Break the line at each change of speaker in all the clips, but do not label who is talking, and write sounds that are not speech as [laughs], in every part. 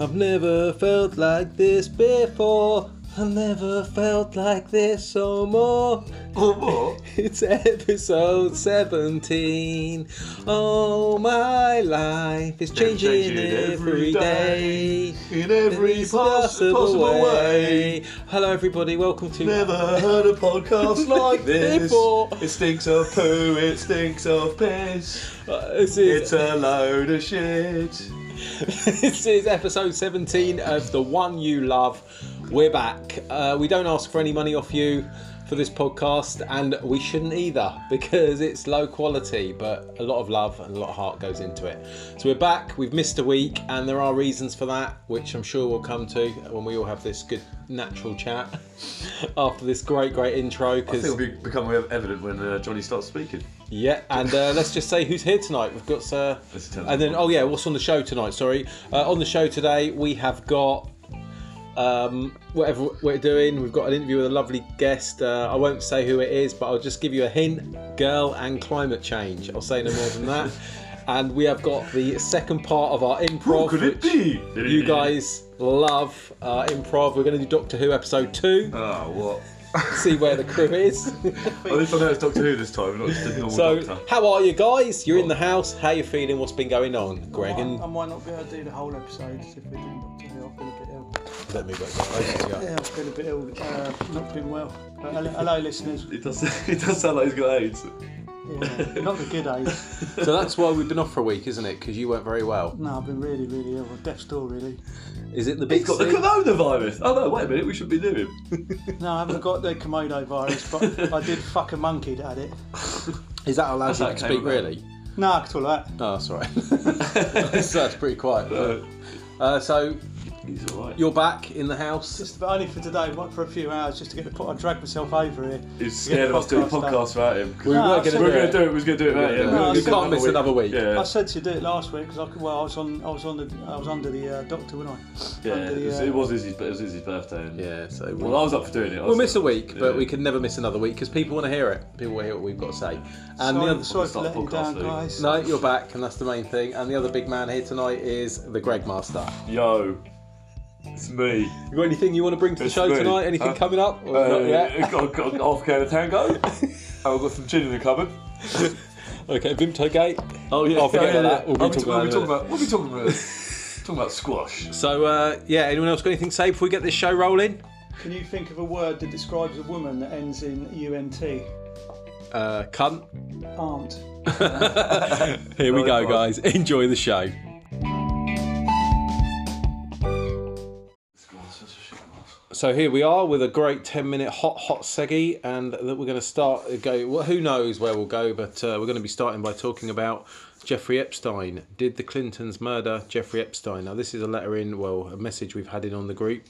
I've never felt like this before. I've never felt like this so more. [laughs]
Or more.
It's episode 17. Oh, my life is
They're
changing, every day.
In every
It's
poss- possible, way.
Hello, everybody. Welcome to
Never heard
[laughs]
a podcast like this.
Before.
It stinks of poo, it stinks of piss.
Uh, this is
It's a load of shit.
[laughs] this is episode 17 of the one you love. We're back. Uh, we don't ask for any money off you for this podcast, and we shouldn't either [laughs] because it's low quality, but a lot of love and a lot of heart goes into it. So we're back. We've missed a week, and there are reasons for that, which I'm sure we'll come to when we all have this good natural chat [laughs] after this great, great intro.
I think
Because
it'll be, become evident when uh, Johnny starts speaking.
Yeah, and uh, let's just say who's here tonight. We've got uh,
Let's tell
and then
them.
oh yeah, what's on the show tonight? Sorry, uh, on the show today we have got um, whatever we're doing. We've got an interview with a lovely guest. Uh, I won't say who it is, but I'll just give you a hint: girl and climate change. I'll say no more than that.
[laughs]
and we have got the second part of our improv.
What could it
which
be?
You guys love uh, improv. We're going to do Doctor Who episode two.
Oh, what?
[laughs] See where the crew
[laughs]
is.
At least I know it's Doctor Who this time, not just a normal
So,
Doctor.
how are you guys? You're in the house. How you feeling? What's been going on, Greg?
I,
And
might- I might not be able to do the whole episode if we're doing Doctor Who. I've been a bit ill.
let me go.
Yeah, I've been a bit ill. Uh, not been well. But [laughs] hello, hello, listeners.
It does, [laughs] it does sound like he's got AIDS.
Yeah, not the good days.
So that's why we've been off for a week, isn't it? Because you weren't very well.
No, I've been really, really ill. Death's door, really.
Is it the big?
He's got the
C?
coronavirus. Oh no, wait a minute, we should be doing.
[laughs]
No, I haven't got the Komodo virus, but I did fuck a monkey that had it.
Is that allowed you
how
to
it came
speak?
about.
Really?
No, I could all that.
No, that's all right. [laughs] so that's pretty quiet.
[laughs] Uh,
Uh, so
he's alright.
you're back in the house.
Just about only for today, but for a few hours, just to get the put. I dragged myself over here.
He's scared of us doing podcasts without him.
We
No,
were going
I've
to
said-
do
We're
it.
going to do it. We're going to do it right. Yeah.
No,
We're gonna
you
miss
can't
another
miss
week.
another week.
I
Yeah,
said to do it last week because I, could- well, I was on, I was on the, I was under the uh, doctor, wasn't I?
yeah.
Under
It
the,
was,
uh,
it was Izzy's, it was Izzy's birthday. And
Yeah. So
Well, I was up for doing it. I
We'll
was-
miss a week, but
yeah.
we can never miss another week because people want to hear it. People want to hear what we've got to say. And the
sorry,
other,
sorry for
Start
letting you down,
podcasting.
guys.
no, you're back, and that's the main thing. And the other big man here tonight is the Greg Master.
Yo, it's me.
You got anything you want to bring to the
It's
show
me.
tonight? Anything
Uh,
coming up? Or
Uh,
not yet?
I've got, I've got half a can of
[laughs]
Tango. and I've got some gin in the cupboard.
Okay, Vimto Gate.
Oh yeah,
I'll forget about that. We'll be
We'll be
talking
talking we'll
about
be
it
talking
in a
about. We'll be talking about.
[laughs]
Talking about squash.
So, uh, yeah, anyone else got anything to say before we get this show rolling?
Can you think of a word that describes a woman that ends in unt?
Uh, cunt.
Aunt.
Here we
Very
go,
fun.
guys. Enjoy the show. So here we are with a great ten-minute hot, hot seggy, and that we're going to start. uh, Go. Well, who knows where we'll go, but uh, we're going to be starting by talking about Jeffrey Epstein. Did the Clintons murder Jeffrey Epstein? Now, this is a letter in, well, a message we've had in on the group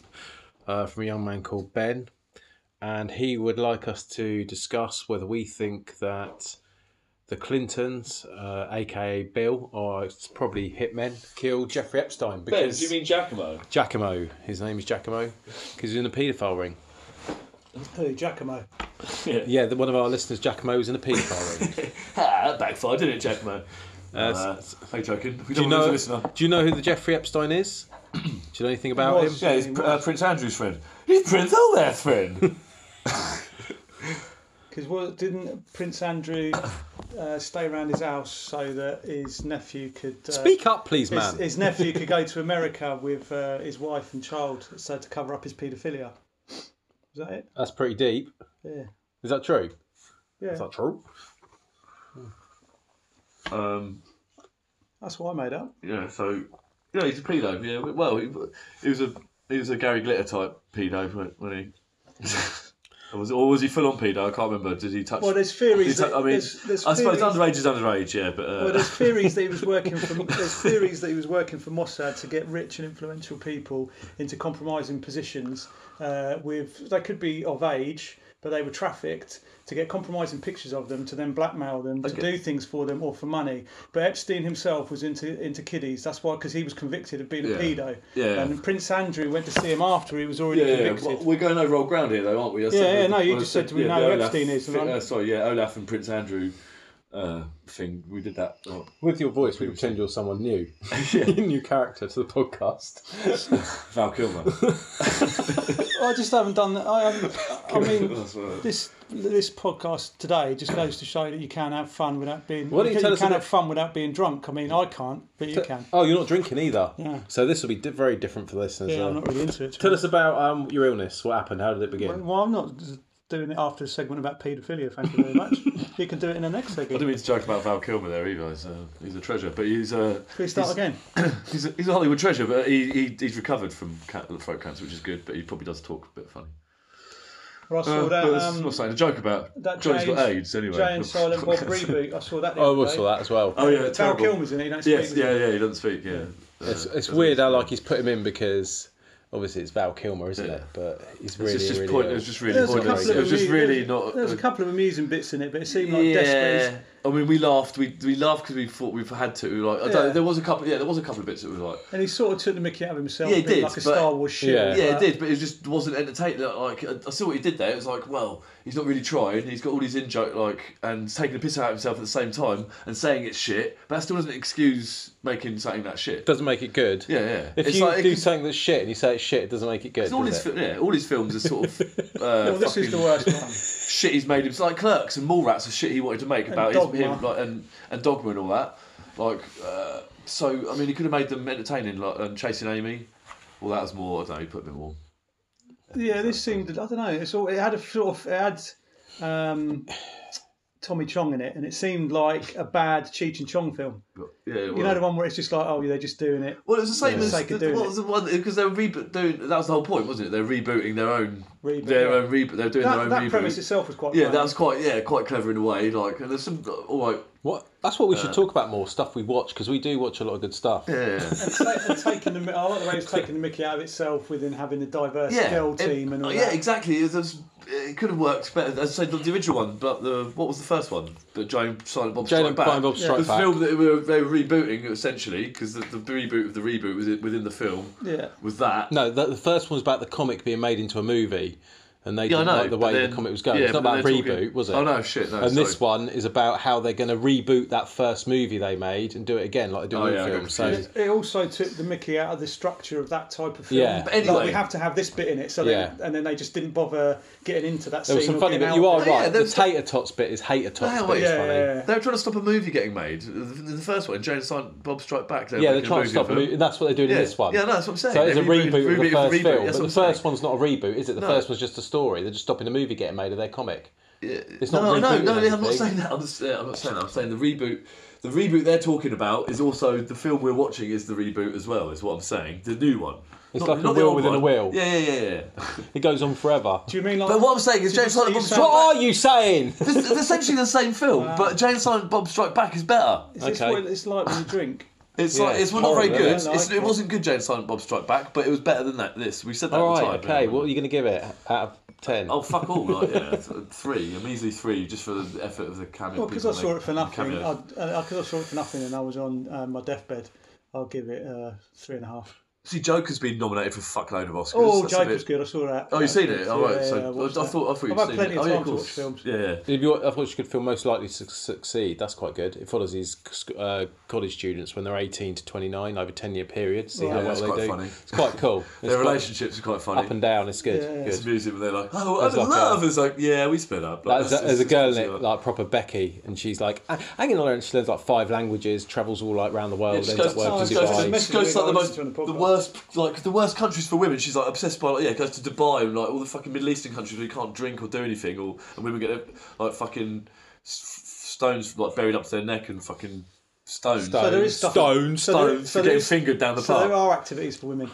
uh, from a young man called Ben, and he would like us to discuss whether we think that the Clintons, uh, aka Bill, or it's probably hitmen, killed Jeffrey Epstein because [laughs]
mean Giacomo?
Giacomo, his name is Giacomo, because he's in a paedophile ring.
Who, Giacomo?
Yeah, the, one of our listeners, Giacomo, was in a paedophile ring.
Ah, that backfired, didn't it, Giacomo?
Uh,
Uh, hey, joking. We
do you
don't know.
know?
Listener.
Do you know who the Jeffrey Epstein is? [clears throat] do you know anything about
Well,
him?
Yeah, he's Pr- uh, Prince Andrew's friend. He's Prince Albert's friend.
Because what didn't Prince Andrew
[coughs]
uh, stay around his house so that his nephew could uh,
Speak up, please,
His,
man.
his nephew could go to America with uh, his wife and child, so to cover up his paedophilia. Is that it?
That's pretty deep.
Yeah.
Is that true?
Yeah.
Is that true?
um,
That's what I made up.
yeah, so yeah, he's a pedo. Yeah, well, he, he was a he was a Gary Glitter type pedo, wa- wasn't he? [laughs] was, or was he full on pedo? I can't remember. Did he touch?
Well, there's
did he
theories.
tou-
That,
I mean,
there's, there's
I suppose
theories,
underage is underage. Yeah, but uh, [laughs]
Well, there's theories that he was working for. There's theories that he was working for Mossad to get rich and influential people into compromising positions. Uh, with they could be of age, but they were trafficked to get compromising pictures of them to then blackmail them to
Okay.
do things for them or for money. But Epstein himself was into into kiddies. That's why because he was convicted of being
Yeah.
a pedo.
Yeah.
And Prince Andrew went to see him after he was already
yeah, yeah,
convicted.
well, we're going over old ground here, though, aren't we? I
Yeah, yeah,
the-
no, you
I
just said we
yeah,
know
the
who
Olaf-
Epstein is,
fi-
right?
uh, sorry, yeah, Olaf and Prince Andrew uh, thing. We did that. Oh,
With your voice, we pretend you're someone new, [laughs]
yeah,
new character to the podcast.
Val
[laughs]
Kilmer.
I just haven't done that. I, haven't- I mean,
That's what-
this this podcast today just goes to show that you can have fun without being.
Why don't you
can,
tell us
can
about-
have fun without being drunk. I mean, I can't, but you can.
[laughs] oh, you're not drinking either.
Yeah.
So this will be di- very different for the listeners.
Yeah,
uh,
I'm not really into it.
Tell us about um, your illness. What happened? How did it begin?
Well, I'm not doing it after the segment about paedophilia. Thank you
[laughs]
very much. you can do it in the next
I
segment.
didn't mean to joke about Val Kilmer there either. He's a, he's a treasure, but he's a
Can we start again?
he's a, he's a Hollywood treasure. But he, he he's recovered from ca- throat cancer, which is good. But he probably does talk a bit funny.
Well, I saw
Uh,
that.
but it's
um,
not something to joke about.
that
Johnny's got
James-
AIDS anyway. [laughs]
Jay and Silent Bob reboot. I saw that. The
Oh,
other
we
day.
saw that as well.
oh yeah,
Val
terrible.
Kilmer's in it. He don't
Yes,
speak, does
yeah,
he?
yeah. He doesn't speak. Yeah, Uh,
It's, it's
doesn't
weird how
speak.
like he's put him in because obviously it's Val Kilmer, isn't
Yeah.
it? But he's
It's
really,
just, just
really uh,
point.
ill.
It was just really
There's a
Boy,
pointless.
couple of
It was just
amu-
really
there's-
not.
There's a couple of amusing bits in it, but it seemed like desperate.
I mean, we laughed. We we laughed because we thought we've had to. We were like, I don't,
Yeah.
there was a couple. Yeah, there was a couple of bits that were like.
And he sort of took the mickey out of himself.
Yeah, he
a bit
did,
like a
but-
Star Wars shit.
Yeah.
Yeah, it did, but it just wasn't entertaining. Like I I saw what he did there. It was like, well, he's not really trying. He's got all these in joke, like, and he's taking the piss out of himself at the same time and saying it's shit. But that still doesn't excuse making something that shit.
doesn't make it good.
Yeah, yeah.
If
it's
you
like, it
do
can-
something that's shit and you say it's shit, it doesn't make it good.
all his,
does it?
fi- yeah, all his films are sort
[laughs]
of uh,
Well, this is the
fucking
worst one.
shit he's made. It's like Clerks and Mallrats are shit he wanted to make about his,
Dogma.
him like, and and Dogma and all that. Like, uh, so I mean, he could have made them entertaining, like um, Chasing Amy. Well, that was more. I don't know. He put a bit more.
Yeah, this seemed. I don't know. It's all. It had a sort of. It had um, Tommy Chong in it, and it seemed like a bad Cheech and Chong film.
Yeah, well,
You know the one where it's just like, oh, yeah, they're just doing it.
Well, it was the same
Yeah.
as
Sake of
the,
doing
what
it.
was the one because they were rebo- doing. That was the whole point, wasn't it? They're rebooting their own.
Reboot,
their
yeah.
own reboot. They're doing their
That,
own
that
reboot.
premise itself was quite.
yeah,
funny.
that was quite yeah, quite clever in a way. Like, and there's some all right.
What? That's what we should talk about more stuff we watch because we do watch a lot of good stuff.
Yeah.
Ta- [laughs] and taking the. mi- I like the way it's taking the Mickey out of itself within having a diverse
yeah,
girl
it-
team and all
yeah,
that.
exactly. It, was, it could have worked better. As I said, the original one, but the what was the first one? The Jane Silent Bob
Jane
Strike
and
Back.
Silent Bob Strike
the
Back.
film that we were, they were rebooting essentially because the, the reboot of the reboot was it- within the film
Yeah.
was that.
No, the, the first one was about the comic being made into a movie, and they
Yeah, I
didn't
know.
like the
but
way
then-
the comic was going.
yeah,
it's not about
but
a
they're
reboot,
talking-
was it?
Oh no, shit. No,
And
sorry.
this one is about how they're going to reboot that first movie they made and do it again, like they do
Oh,
all
yeah, I got
films. So
confused.
It it also took the Mickey out of the structure of that type of film.
Yeah.
But anyway-
like, we have to have this bit in it. So
Yeah.
they, and then they just didn't bother getting into that.
there was
scene
some
or
funny,
getting
but
out
you
of
are
it.
it. Yeah,
right.
there
the
was- Oh,
tater tots bit is hater tots
Yeah,
bit is
yeah,
funny.
yeah, yeah.
They were trying to stop a movie getting made. The, the first one, Jane and Silent Bob Strike Back. They were
Yeah, they're
making
trying to stop a
of it.
movie. That's what they're doing
Yeah.
in this one.
Yeah, no, that's what I'm saying.
So it's a
They're
reboot,
rebooting-
of the
rebooting
first
reboot,
film,
that's
but
what
the
I'm
first one's not a reboot, is it? The
No.
first one's just a story. They're just stopping a movie getting made of their comic. It's not
no, no,
rebooting
no, I'm not
anything.
saying that. I'm, just, yeah, I'm not saying that. I'm saying the reboot. The reboot they're talking about is also the film we're watching is the reboot as well. Is what I'm saying. The new one.
It's
Not-
like a
not the
wheel
old
within a
one.
wheel.
Yeah, yeah, yeah, yeah.
It goes on forever.
Do you mean like?
But what I'm saying is Jane and Silent
you
Bob
say-
Strike Back.
What are you
[laughs]
saying? [laughs]
This is essentially the same film, but Jane and Silent Bob Strike Back is better.
is this
Okay.
what it's like when you drink?
It's
Yeah,
like it's,
it's
not very
horrible,
good.
isn't it?
It's-
I like
it wasn't good. Jane and Silent Bob Strike Back, but it was better than that. This we said that
All
at the
right,
time.
okay.
yeah.
What are you going to give it out of ten?
Oh fuck all! Like, [laughs] yeah, th- three, a measly three, just for the effort of the cameo.
Well, because I
people
saw
make-
it for nothing.
cameos.
Because I, 'cause I saw it for nothing, and I was on uh, my deathbed. I'll give it uh, three and a half.
See, Joker's been nominated for a fuckload of Oscars.
Oh,
That's a
Joker's
bit-
good. I saw that.
Oh, you've seen it? All right.
Yeah,
so
yeah,
I, I
watched
thought I
that.
thought you'd
I've had
seen
plenty
it.
of
oh, yeah,
time
of
to
course.
watch films.
Yeah, yeah.
If you, I thought you could feel most likely to succeed. That's quite good. It follows these uh, college students when they're 18 to 29 over 10 year periods. See
Right.
how
Yeah,
well
Oh, that's
they
quite
do.
funny.
It's quite cool. It's
[laughs] Their
quite
relationships are quite funny.
up and down. It's good.
Yeah.
good.
It's music, and they're like, "Oh, I'm
There's
in
like a-
love." It's like, "Yeah, we split up."
Like,
Like,
there's,
that's
a, there's a
just-
girl in
that's
it,
just-
like proper Becky, and she's like "Ah, hanging on her, and she learns like five languages, travels all like around the world,
It just
ends
goes,
up
just
working
it's
in
goes,
Dubai.
just
Message
goes to, like the
that I listened
most,
to on the
the
podcast.
worst, like the worst countries for women. She's like obsessed by, like, yeah, goes to Dubai and like all the fucking Middle Eastern countries where you can't drink or do anything, or and women get like fucking s- f- stones like buried up to their neck and fucking stones,
Stone,
So there is stuff-
stone,
so
stone.
there-
stones for
there
getting
is-
fingered down the
So there
park.
are activities for
[laughs]
women.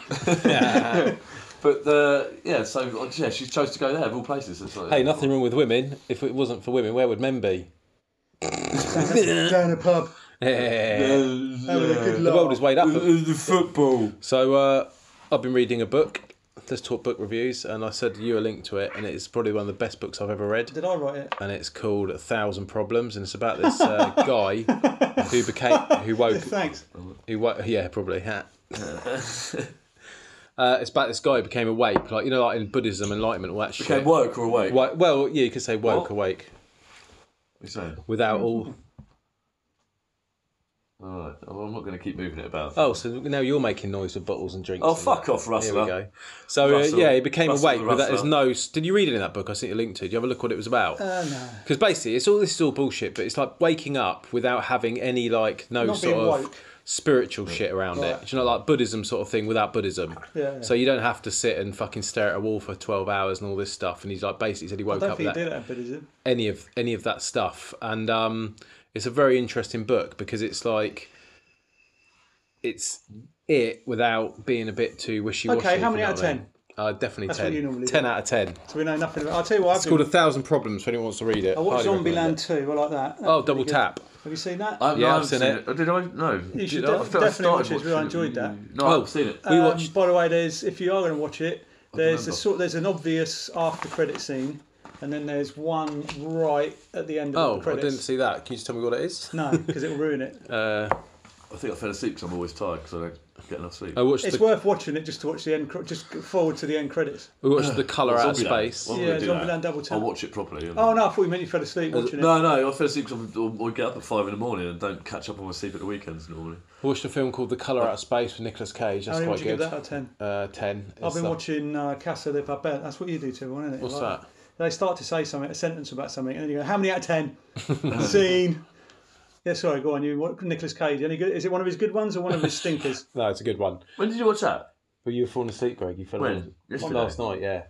But the yeah, so like, yeah, she chose to go there of all places. It's
[laughs]
like,
Hey, nothing wrong with women. If it wasn't for women, where would men be?
Down a pub,
Yeah.
having a good
The
laugh.
world is weighed up.
the football.
So uh, I've been reading a book. Let's talk book reviews, and I said you a link to it, and it's probably one of the best books I've ever read.
Did I write it?
and it's called A Thousand Problems, and it's about this
[laughs]
uh, guy who became who woke
Thanks.
who wo- yeah probably yeah. [laughs] uh, it's about this guy who became awake, like you know, like in Buddhism, enlightenment, all that shit.
Can work or away?
Wa- well, yeah, you could say woke,
What? Mm-hmm.
awake,
What are you saying?
without all
Alright, well, I'm not going to keep moving it about.
Oh, so now you're making noise with bottles and drinks.
Oh,
and
fuck
that.
off,
Here
Russell.
we go. So uh,
Russell.
yeah, he became
Russell the
awake, but that is
Ruffler.
no. Did you read it in that book? I sent you a link to. Did you have a look what it was about?
Uh, no.
Because basically, it's all this is all bullshit. But it's like waking up without having any like no
Not
sort
being
of
woke.
spiritual shit around
Right.
it. Do you know like Buddhism sort of thing without Buddhism?
Yeah, yeah.
So you don't have to sit and fucking stare at a wall for twelve hours and all this stuff. And he's like basically said he
I
woke
don't
up
think
with
he
that
did that, but is it?
any of any of that stuff and um it's a very interesting book because it's like it's it without being a bit too wishy-washy
Okay,
if
how
you
many
know
out of
what I mean. uh, definitely
That's
10
what you normally
10
do.
out of 10 it's
So we know nothing about I'll tell you what, I've been,
called a thousand problems for anyone who wants to read it
I watched
Highly recommend
Zombieland 2. I like that. That's
it. oh
pretty
double
good.
tap
Have you seen that?
I,
Yeah,
no, I
I've
haven't
seen
seen
it.
it. Oh, Did I? No.
You should
Did
def-
I- I feel I
definitely
started
watch it, it's really
watching
enjoyed that.
No, I
Oh.
haven't seen it.
we
Um,
watched
by the way, there's if you are going to watch it, there's a
remember.
sort there's an obvious after credit scene, and then there's one right at the end of
oh
the
i
credits.
didn't see that can you just tell me what it is
No, because it'll ruin it.
uh
I think I fell asleep because I'm always tired because I don't get enough sleep.
i watched
It's
the,
worth watching it just to watch the end, cr- just forward to the end credits.
we watched the color out of
Zombieland.
space
Why would I
Yeah,
do that?
Zombieland Double Tap.
I'll watch it properly.
Oh no, I thought you meant you fell asleep
Uh,
watching it.
No, no, I fell asleep because I get up at five in the morning and don't catch up on my sleep at the weekends normally.
i watched a film called the color out of space with nicolas cage
How
that's
many would
quite
you give
good
that out of ten?
uh 10
I've
It's
been
the-
watching uh, Casa de Papel. That's what you do too, isn't it?
what's
Like,
that
They start to say something, a sentence about something, and then you go, "How many out of ten?
[laughs]
Scene. Yeah, sorry, go on. You, what, Nicholas Cage? Any good? Is it one of his good ones or one of his stinkers?
no it's a good one
When did you watch that?
But you were falling asleep, Greg. You fell
When?
asleep
Yesterday?
last night. Yeah,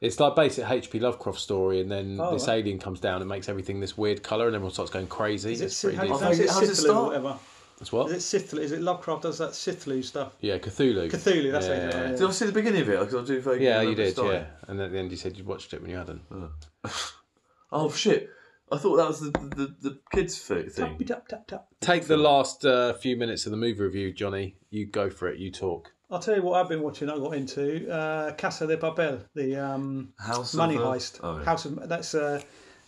it's like basic H.P. Lovecraft story, and then
Oh,
this
right.
alien comes down and makes everything this weird color, and everyone starts going crazy.
Is it,
It's
Sith-
pretty
how, do you
decent.
How's
pronounce
it- how's it
it, Sithlu or
start?
whatever?
That's what?
Is it Sithlu? Is it Lovecraft does that Sithlu stuff?
Yeah, Cthulhu.
Cthulhu, that's
yeah.
it. Yeah,
Did I see the beginning of it? 'Cause I do vaguely
Yeah, you
remember
did.
starting.
Yeah, and at the end you said you watched it when you hadn't.
Oh shit! I thought that was the the, the kids fit thing.
Tap, tap, tap.
Take the last uh, few minutes of the movie review, Johnny. You go for it. You talk.
I'll tell you what I've been watching. I got into uh, Casa de Papel, the um,
House of
money
the-
heist.
Oh, yeah.
House of that's uh,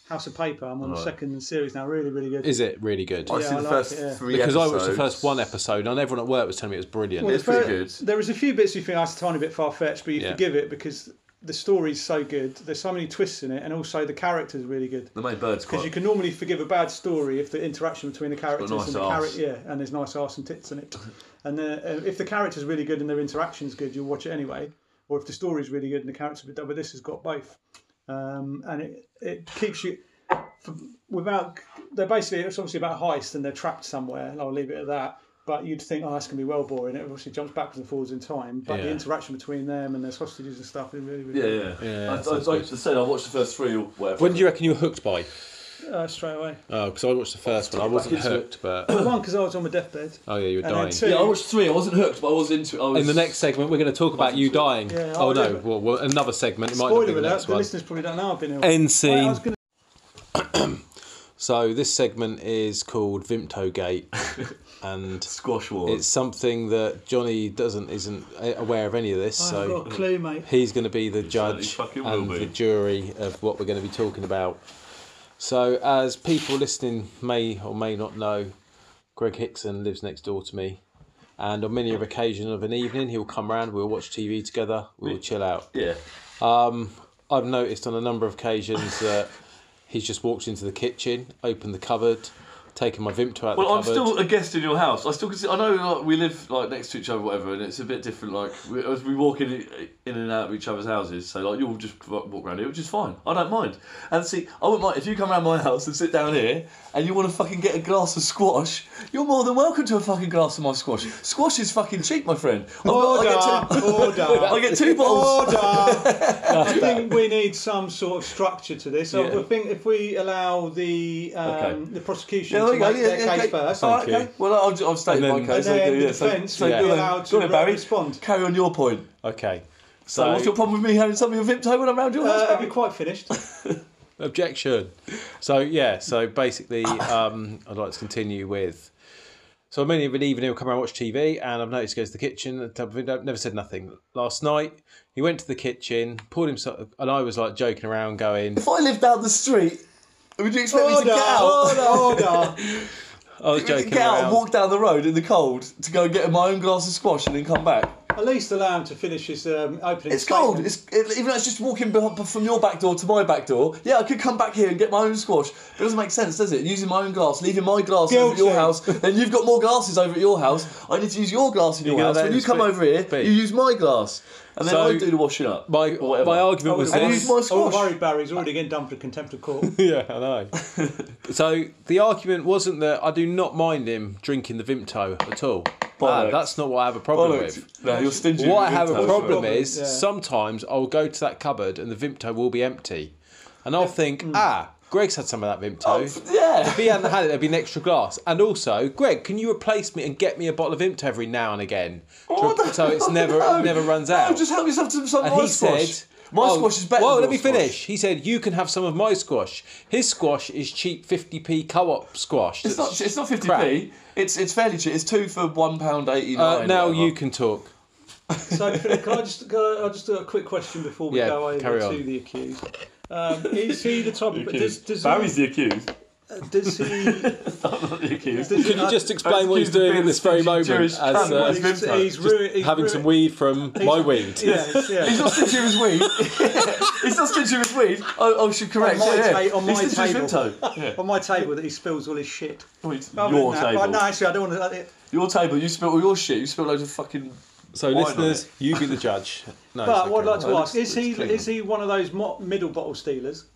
House of Paper. I'm on the second series now. Really, really good.
Is it really good?
I
Yeah,
see
I
the
like
first
it, yeah.
three
Because I
episodes.
watched the first one episode, and everyone at work was telling me it was brilliant.
Well,
It's
the fir-
pretty good.
There is a few bits you think that's a tiny bit far fetched, but you
Yeah.
forgive it because the story's so good. There's so many twists in it, and also the characters are really good.
The main bird's
Because
quite.
you can normally forgive a bad story if the interaction between the characters
nice
and the
arse.
character, yeah, and there's nice arse and tits in it. And uh, uh, if the character's really good and their interaction's good, you'll watch it anyway. Or if the story's really good and the characters, but but this has got both, um, and it it keeps you for, without. They're basically it's obviously about a heist and they're trapped somewhere. And I'll leave it at that. But you'd think, oh, that's going to be well boring. It obviously jumps backwards and forwards in time. But
Yeah.
the interaction between them and their hostages and stuff is really, really
Yeah,
good.
yeah.
Yeah,
I,
that
I,
sounds
like I said, I watched the first three or whatever.
When do you reckon you were hooked by?
Uh, straight away.
Because I watched the first one. I wasn't hooked, but
One, because I was on my deathbed.
oh yeah, you were
And then
dying.
two-
Yeah, I watched three. I wasn't hooked, but I was into it. I was...
In the next segment, we're going to talk about you dying.
Yeah,
oh
oh,
no,
yeah.
well, well, another segment. It might not be
Spoiler
the
alert,
next
the
one.
listeners probably don't know I've been ill.
End
Wait, I
scene.
was gonna-
So this segment is called Vimto
[laughs]
Gate, and
squash war.
it's something that Johnny doesn't isn't a- aware of any of this.
I haven't
so
got a clue,
[laughs]
mate.
he's going to be the
certainly
judge
fucking will
and
be.
the jury of what we're going to be talking about. So, as people listening may or may not know, Greg Hickson lives next door to me, and on many of occasion of an evening, he'll come round. We'll watch TV together. We'll chill out. Um,
Yeah.
I've noticed on a number of occasions that he's just walked into the kitchen, opened the cupboard, taken my Vimto out
Well,
the
I'm
cupboard.
still a guest in your house. I still consider, I know like, we live like next to each other, whatever, and it's a bit different. Like we, as we walk in in and out of each other's houses, so like you'll just wa- walk around here, which is fine. I don't mind. And see, I wouldn't mind if you come around my house and sit down here, and you want to fucking get a glass of squash. You're more than welcome to a fucking glass of my squash. Squash is fucking cheap, my friend. I've got- I get
Order,
two, [laughs] I
order,
get two bottles.
order.
[laughs]
I think we need some sort of structure to this. I
Yeah.
would think if we allow the um,
Okay.
the prosecution
Yeah,
to
there you go.
make their
Yeah, yeah,
case
okay.
first,
All right,
Thank you.
okay. Well, I'll, I've stated
And
my
then-
case.
And
okay,
then the
yeah, so-
defence
so
would be
go on.
allowed
Go
to
on, Barry.
respond.
Carry on your point.
Okay.
So, what's your problem with me having something of Vimto when I'm round your house?
uh, have
Barry?
you
[laughs]
quite finished?
objection. So yeah, so basically, um, I'd like to continue with. So many of an evening he'll come around and watch TV, and I've noticed he goes to the kitchen. and type of thing, Never said nothing. Last night he went to the kitchen, poured himself, and I was like joking around, going,
If I lived down the street, would you expect me to
Order,
get out? [laughs]
order, order.
I was
Expect me to
joking
[laughs] Get out,
around.
and walk down the road in the cold to go and get my own glass of squash and then come back.
At least allow him to finish his um, opening.
It's cold.
statement.
It's it, even though it's just walking beh- from your back door to my back door. Yeah, I could come back here and get my own squash. But it doesn't make sense, does it? Using my own glass, leaving my glass over at your
Guilty.
house, and you've got more glasses over at your house. I need to use your glass in your
gonna
house.
let
When
him
you come
speak-
over here,
speak.
you use my glass, and then
So-
I do the washing up.
My,
or whatever.
my argument
I
was
was
And
this.
I use my
I wouldn't
squash.
worry, Barry's already getting done for contempt of court.
[laughs] Yeah, I
[laughs]
know. so the argument wasn't that I do not mind him drinking the Vimto at all. Ah,
Bollocks.
that's not what I have a problem with.
Bollocks. No, you're stingy.
What
with
I have a
Windows,
problem
Problem,
is
yeah.
sometimes I'll go to that cupboard and the Vimto will be empty, and I'll think,
Mm.
ah, Greg's had some of that
[laughs] right?
Vimto.
Oh, Yeah.
if he hadn't had it, there'd be an extra glass. And also, Greg, can you replace me and get me a bottle of Vimto every now and again, To- so it's never
No.
it never runs
No,
out.
just help yourself to some
And
my
he
squash.
said,
my
oh,
squash is better.
Well, let
than
me
your squash.
finish. He said, You can have some of my squash. His squash is cheap 50p co op squash.
It's not. It's not fifty
crap.
p. It's it's fairly cheap. It's two for one pound eighty nine.
Uh, now you can talk.
So Philip, can I just can I, I just do a quick question before we
Yeah,
go over
carry
to
on.
the accused? Um, is he the type of does, does,
Barry's the accused.
he,
[laughs]
does he?
Not the accused.
Does
Could
he
you just explain what he's doing at this very moment as
well,
uh,
he's, he's ruined, he's
having
ruined,
some weed from my weed?
[laughs]
Yes,
He's
yes.
not stingy with his weed. [laughs] He's not stingy with his weed. I, I should correct.
On my
yeah, yeah.
ta- on
He's
my
stingy with
table.
Vimto. [laughs] Yeah.
[laughs] On my table, that he spills all his shit.
Oh, it's
Other
Your
than that-
table. Oh,
No, actually, I don't want to.
Your table. You spilled all your shit. You spilled loads of fucking.
So,
Wine on
listeners, you be the judge. No,
But
it's
what I'd
okay.
like to
Well,
ask is he is he one of those mo- middle bottle stealers,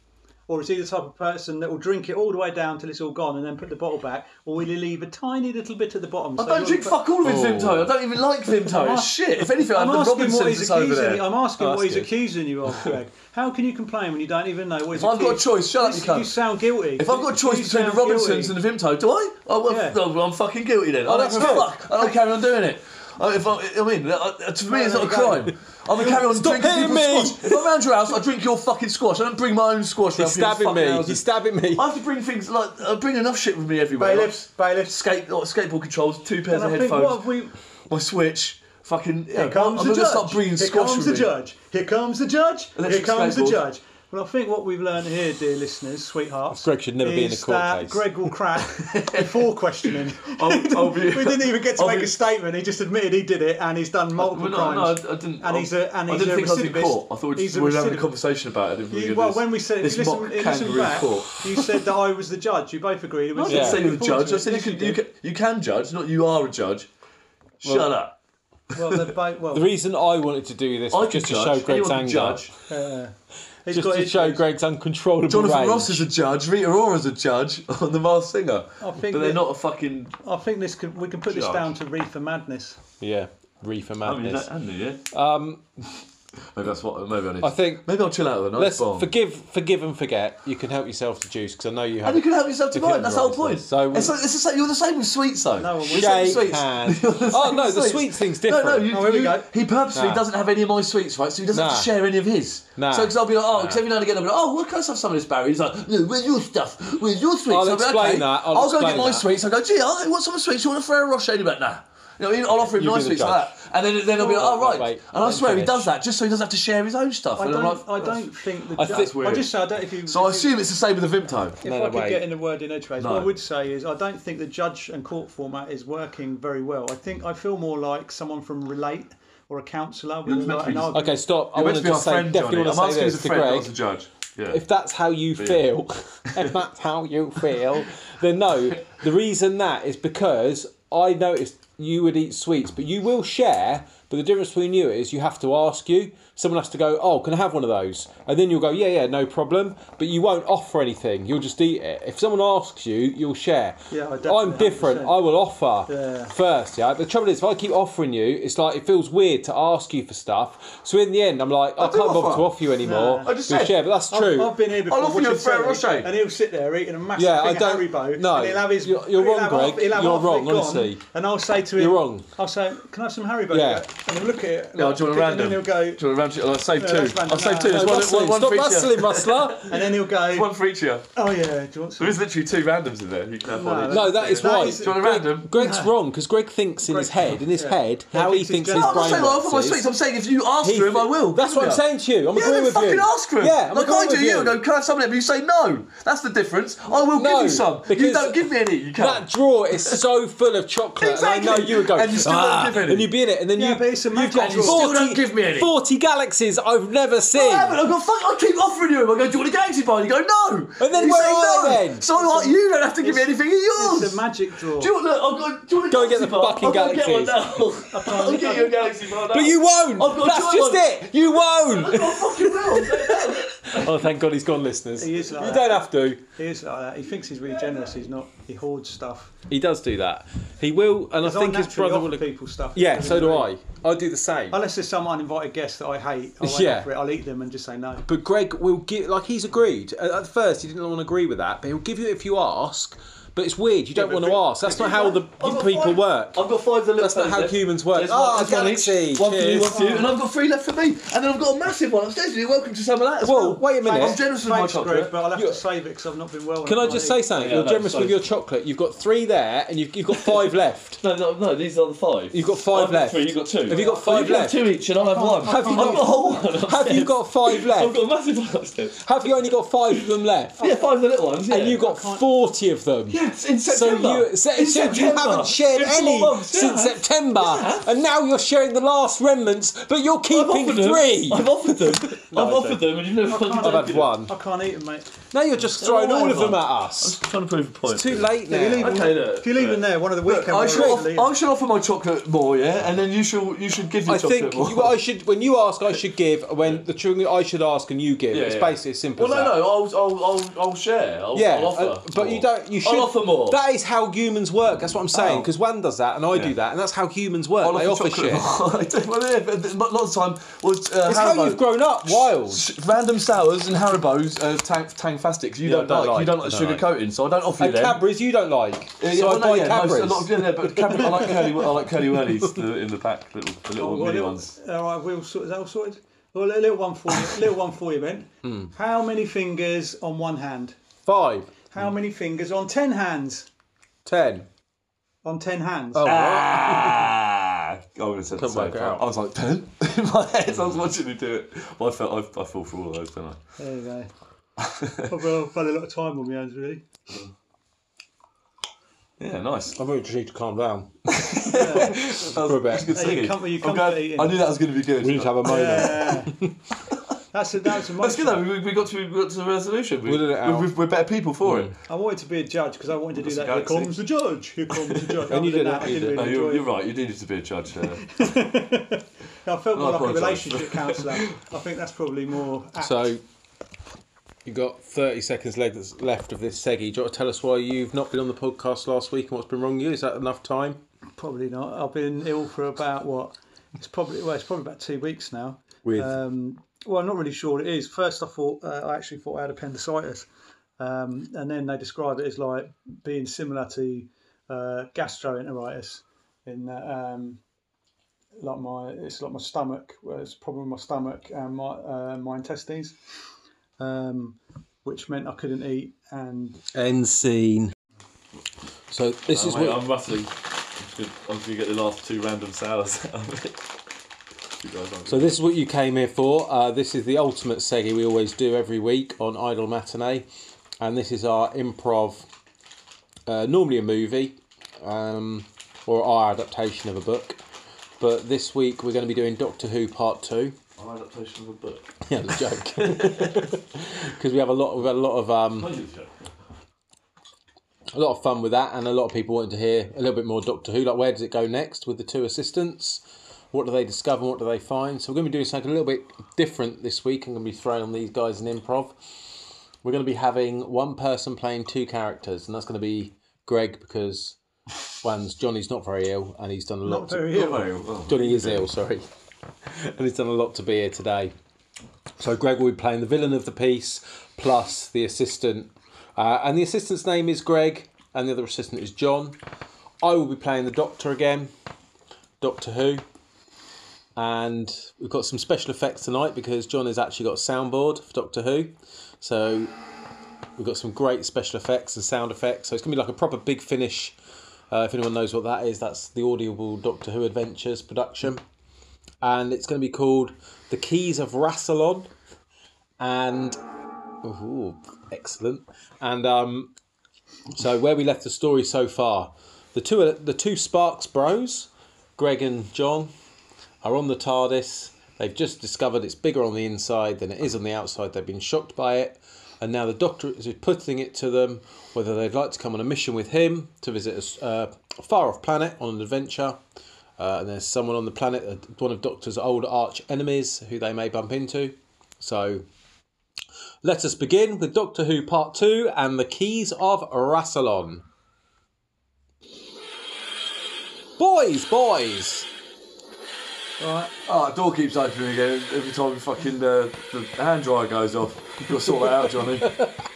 or is he the type of person that will drink it all the way down till it's all gone and then put the bottle back, or will he leave a tiny little bit at the bottom?
I don't drink fuck all of his Vimto. I don't even like Vimto. It's shit. If anything, Oh. I'm,
I'm
the
asking
Robinsons
what he's
that's over
accusing.
there.
you- I'm asking
Oh,
what
that's
he's
good.
accusing you of, Greg. How can you complain when you don't even know what he's
If I've got a
accused-
choice, shut up, you
You,
cunt.
sound guilty.
If I've got a choice between the Robinsons and the Vimto, do I? Oh, well,
Yeah.
no, well, I'm fucking guilty then. I don't
that's
give a
good.
fuck. I don't carry on doing it. I, if I, I mean, uh, to me, it's
there
not a
you go.
crime. I'm gonna carry on
Stop
drinking
hitting me.
people's squash. If I'm round your house, I drink your fucking squash. I don't bring my own squash. round
He's
people's
stabbing
fucking
me.
houses.
He's stabbing me.
I have to bring things like I bring enough shit with me everywhere.
bailiffs,
Like,
bailiffs.
skate, like, skateboard controls, two pairs
And
of
I think
headphones,
what have we?
my switch, fucking. Yeah,
Here comes
I'm
the
gonna
judge.
start bringing
here
squash
comes
with
the
me.
judge. Here comes the judge.
Electric
here comes
skateboard.
the judge. Well, I think what we've learned here, dear listeners, sweethearts,
Greg should never be in
is
a court
that
case.
Greg will crack
[laughs]
before questioning.
I'll, I'll be,
[laughs] we didn't even get to
I'll
make
be-
a statement. He just admitted he did it, and he's done multiple
Well, no, no, I, I
crimes.
didn't.
And
I,
he's a- and
I
he's
didn't
a
think I was in
recidivist.
court. I thought we
He's a
were having a
recidivist.
conversation about it. Didn't we,
You-
with
well,
this-
when we said,
this
if you
mock
listen, if you listen
kangaroo
back,
court.
you said that I was the judge. You both agreed. It was
I didn't
Yeah.
say you're the
Look forward
judge.
to
I
it.
said you
Yes,
can,
you
you
did.
can you can judge, not you are a judge. Shut up.
Well, they're both. Well,
The reason I wanted to do this
I
was
can
just to
judge.
show Greg's
Anyone can
anger.
judge.
uh, he's
Just
got
to
issues.
show Greg's uncontrollable
Jonathan
rage.
Ross is a judge. Rita Ora is a judge [laughs] on The Masked Singer.
I think
but they're
that-
not a fucking.
I think this could, we can put this
Judge.
down to reefer madness.
Yeah, reefer
I mean,
madness.
that, and yeah.
Uh,
Um,
Maybe that's what. Maybe I need.
I think
Maybe I'll chill out with a nice
Let's
bomb.
forgive, forgive and forget. You can help yourself to juice because I know you have.
and you can help yourself to
You can
mine. That's the whole
right,
point.
so-
it's, like, it's the same, you're the same with sweets though.
No,
You're
we're
the same with
Shake
sweets.
hands.
[laughs] You're the
Oh
same
no,
with
the sweets thing's
No,
different.
no, you,
Oh, here we
you-
go.
he purposely
Nah.
doesn't have any of my sweets, right? So he doesn't have
Nah.
to share any of his.
Nah.
So because I'll be like, oh, because every now and again I'll be like, oh, well, can I have some of this, Barry? He's like, no, where's your stuff? Where's your sweets?
I'll
be like,
explain that. I'll
go
explain
get my
that.
sweets. I'll go, gee, I want some of the sweets. You want a Ferrero Rocher? He'll be like, nah. You know, I'll offer him
You be
nice
the
sweets like that. And then, then I'll be like, oh,
Wait,
right.
wait,
and I
let
swear
him
he
finish.
does that just so he doesn't have to share his own stuff.
I
and I'm
don't.
like,
I don't think the.
I think-
judge,
weird.
I just say I don't. If you.
so I
if you-
assume it's the same with the Vimto.
If
No,
I
no,
could
wait.
get in a word in edgeways,
No.
what I would say is I don't think the judge and court format is working very well. I think I feel more like someone from Relate or a counsellor. with
meant to
like
be
an
just-
Okay, stop. I want
You're meant
to
to be our
just say,
friend,
definitely
Johnny. I'm
want to say
asking as
this
a
to
friend, not
Greg.
as a judge. Yeah.
If that's how you
[laughs]
feel, if that's how you feel, then no. The reason that is because I noticed you would eat sweets, but you will share. But the difference between you is you have to ask you. Someone has to go, oh, can I have one of those? And then you'll go, yeah, yeah, no problem. But you won't offer anything. You'll just eat it. If someone asks you, you'll share.
Yeah, I definitely
I'm different.
100%.
I will offer
Yeah.
first. Yeah. But the trouble is, if I keep offering you, it's like it feels weird to ask you for stuff. So in the end, I'm like, I,
do
can't bother
offer.
to offer you anymore.
I just
You'll
said-
share, but that's true.
I've, I've been here before.
offer you a
watching
Ferrero
telly,
Rocher.
And he'll sit there eating a massive
Yeah, I
thing
don't-
of Haribo.
no,
and he'll have his,
you're- you're
he'll
wrong,
have half-
Greg.
he'll have
You're
half of it
wrong,
gone,
honestly.
and I'll say to him,
You're wrong.
I'll say, can I have some Haribo?
Yeah.
And he'll look at it.
No,
like,
do you want a
and
random?
then he'll go.
Do you want a random? I'll save
No,
two.
that's random.
I'll save
No,
two. There's
No,
one,
rustling.
one, one
Stop
for each, yeah.
rustling, rustler.
And then he'll
There's
go.
one for each year.
Oh yeah, do you want some?
There is literally two randoms in there. You can have
No,
one each.
No, that is
That
right.
is- Do
you want a
Greg-
random?
Greg's wrong because Greg thinks in his head, in his
yeah.
head,
Yeah,
how
he
he thinks
thinks he's
his
No, I'm
brain
not saying I'll offer my
works.
sweets. I'm saying if you ask
He
for him, I
thi-
will.
That's what I'm
Yeah.
saying to you. I'm
Yeah,
agreeing
then
with
fucking
you.
ask for him.
Yeah, I'm
like I
agreeing
do
with
you. I go, can I have some of it? But you say no. That's the difference. I will
No,
give you some. You
because
don't give me any. You can't.
That drawer is so full of chocolate. and I no, you would go.
And you still don't
"Ah,"
give any.
And you'd be in it, and then
Yeah,
you.
but it's a
you've got
magic draw.
You still don't give me any.
Forty galaxies I've never seen.
I haven't. I've got fuck. I keep offering you. them. I go, do you want a galaxy bar? And you go, no.
And then
you
where
say
are
no.
they then?
So I'm like, you don't have to give me anything of yours.
It's a magic draw.
do you want, look, I'll go, do you want a
Go and get the
galaxy bar?
fucking
I'll go and
galaxies.
Get [laughs] one now. I'll get you a galaxy bar now.
but you won't.
I've got a
That's
giant
just
one.
it. You won't.
I [laughs] fucking will. Take that.
oh, thank God he's gone, listeners.
He is like
you
that.
don't have to.
He is like that. He thinks he's really generous. He's not. He hoards stuff.
He does do that. He will, and I
I
think his brother will.
people stuff.
Yeah, so do I. I do the same.
Unless there's some uninvited guest that I hate, I
[laughs]
won't
Yeah.
offer it. I'll eat them and just say no.
But Greg will give, like, he's agreed. At at first, he didn't want to agree with that, but he'll give you if you ask. But it's weird, you don't want to ask. That's not how the
I've got
people
five-
work.
I've got five little.
That's not how humans work. Ah, galaxy.
One for you,
Cheers.
one for you, and I've got three left for me. And then I've got a massive one upstairs. You're welcome to some of that as
Well,
well.
wait a minute.
I'm generous with my
Thanks, Greg,
chocolate.
but I'll have
You-
to save it because I've not been well.
Can I
enough
just
lately.
say something?
Yeah,
You're
no,
generous
sorry.
with your chocolate. You've got three there, and you've, you've got five left.
No, no, no. These are the five.
You've got five
I've
left.
Three, you've got two.
Have you got
Well,
five
you can
left?
have two each, and I'll have one.
Have you
I've
got-
got a whole one.
Have you got five
[laughs] I've
left?
got a massive one upstairs.
Have you only got five of them left?
Yeah, five little ones. Yeah.
Oh. And you got forty of them.
Yes, in
So
September.
you, so,
in
so you
September.
haven't shared
In four
any
months, yeah.
since September, and now you're sharing the last remnants, but you're
I've
keeping
offered them.
three.
I've offered [laughs] them. I've offered them, and you've never
I
fucking
can't
I've had
eat
taken
them.
one.
I can't eat them, mate.
Now you're just throwing all of
whatever.
them at
I'm
us.
just trying to prove a point.
Too late
If you
now.
leave
Okay,
them-
look,
if you leave
look.
them there, one of the weekend
I shall,
warriors
off,
leave.
I shall offer my chocolate more, yeah, and then you shall you should give your
I
chocolate
think
more.
you, I should. When you ask, I should give. When the children, I should ask, and you give.
Yeah,
it's
yeah.
basically as simple
Well, no,
as that.
no, I'll, I'll, I'll, I'll share. I'll,
Yeah,
I'll offer.
uh, but you
more.
don't. You should
I'll offer more.
That is how humans work. That's what I'm saying.
Oh.
Because one does that, and I do
Yeah.
that, and that's how humans work.
I'll
they offer shit.
chocolate more. [laughs] I don't- well, yeah, but but lots of time was uh,
It's how
Haribo-
you've grown up, wild.
Sh- Random sours and Haribo's uh, tang, tang fastics. You
Yeah,
don't,
I don't
like,
like-
You don't like
I don't
sugar
like.
coating, so I don't offer you
And
them.
Cadbury's you don't like,
Yeah, yeah,
so
well,
I
no,
buy
yeah, most- a
Cadbury's.
lot of- yeah, yeah, but Cadbury, I like curly, I like curly whirlies the, in the pack, little, the little
Oh,
All
mini
right,
ones.
Uh, All right, we'll sort. Is that all sorted? Well, a little one
[laughs]
for you. little one for you, Ben. How many fingers on one hand?
Five,
How many fingers on ten hands?
ten.
On ten hands.
Oh,
Ah, I would have said the
Couldn't
same.
work it out.
I was like ten [laughs] in my head. I was watching you do it. Well, I felt I, I fall for all of those, don't I?
There you [laughs] go. I've uh, had a lot of time on my hands, really.
Yeah, nice.
I've really just need to calm down.
That was-
For a bit.
that's good
Hey, you
singing.
come- you
I'm
come
glad-
for eating.
I knew that was going to be good.
We need to have a moment. [laughs]
Yeah. Uh, that's a, that's a
That's good though. We, we got to we got to the resolution. We,
We did it out.
are we're better people for it.
I wanted to be a judge because I wanted to do
That's a
that. Here
galaxy.
comes the judge. Here comes the judge.
And you
Other than
did
that,
it,
I
you
didn't
did it.
No,
really
you're,
enjoy
you're
it.
right. You needed to be
[laughs]
a judge. Uh,
I felt
I
more like a
apologise.
relationship counsellor. I think that's probably more. Apt.
So you got thirty seconds left left of this Segi. Do you want to tell us why you've not been on the podcast last week and what's been wrong with you? Is that enough time?
Probably not. I've been ill for about what? It's probably well, it's probably about two weeks now.
With
Um, well, I'm not really sure what it is. First, I thought uh, I actually thought I had appendicitis, um, and then they describe it as like being similar to uh, gastroenteritis, in that um, like my it's like my stomach, well, it's a problem with my stomach and my uh, my intestines, um, which meant I couldn't eat and
end scene. So this is what
I'm rattling. I'm going to get the last two random sours out of it. [laughs] You guys aren't-
So this is what you came here for. Uh, this is the ultimate segi we always do every week on Idle Matinee, and this is our improv. Uh, normally a movie, um, or our adaptation of a book, but this week we're going to be doing Doctor Who Part Two. [laughs]
Our adaptation of a book.
Yeah, it was a [laughs] joke. Because we have a lot, we've had a lot of um,
Not you, Joe.
a lot of fun with that, and a lot of people wanting to hear a little bit more Doctor Who. Like, where does it go next with the two assistants? What do they discover? What do they find? So we're going to be doing something a little bit different this week. I'm going to be throwing on these guys in improv. We're going to be having one person playing two characters, and that's going to be Greg because one's Johnny's not very ill, and he's done a lot.
not
to-
very ill.
Not very well.
Johnny is ill, sorry. And he's done a lot to be here today. So Greg will be playing the villain of the piece, plus the assistant. Uh, and the assistant's name is Greg, and the other assistant is John. I will be playing the Doctor again, Doctor Who. And we've got some special effects tonight because John has actually got a soundboard for Doctor Who. So we've got some great special effects and sound effects. So it's going to be like a proper big finish uh, if anyone knows what that is, that's the Audible Doctor Who Adventures production. And it's going to be called The Keys of Rassilon. And. Ooh, excellent. And um, so, where we left the story so far, The two the two Sparks Bros, Greg and John, are on the TARDIS. They've just discovered it's bigger on the inside than it is on the outside. They've been shocked by it, and now the Doctor is putting it to them whether they'd like to come on a mission with him to visit a s- uh, a far off planet on an adventure. Uh, and there's someone on the planet, uh, one of Doctor's old arch enemies, who they may bump into. So let us begin with Doctor Who Part 2 and the Keys of Rassilon. Boys, boys!
Right.
Ah, door keeps opening again every time the fucking uh, the hand dryer goes off. You've got to sort that out, Johnny.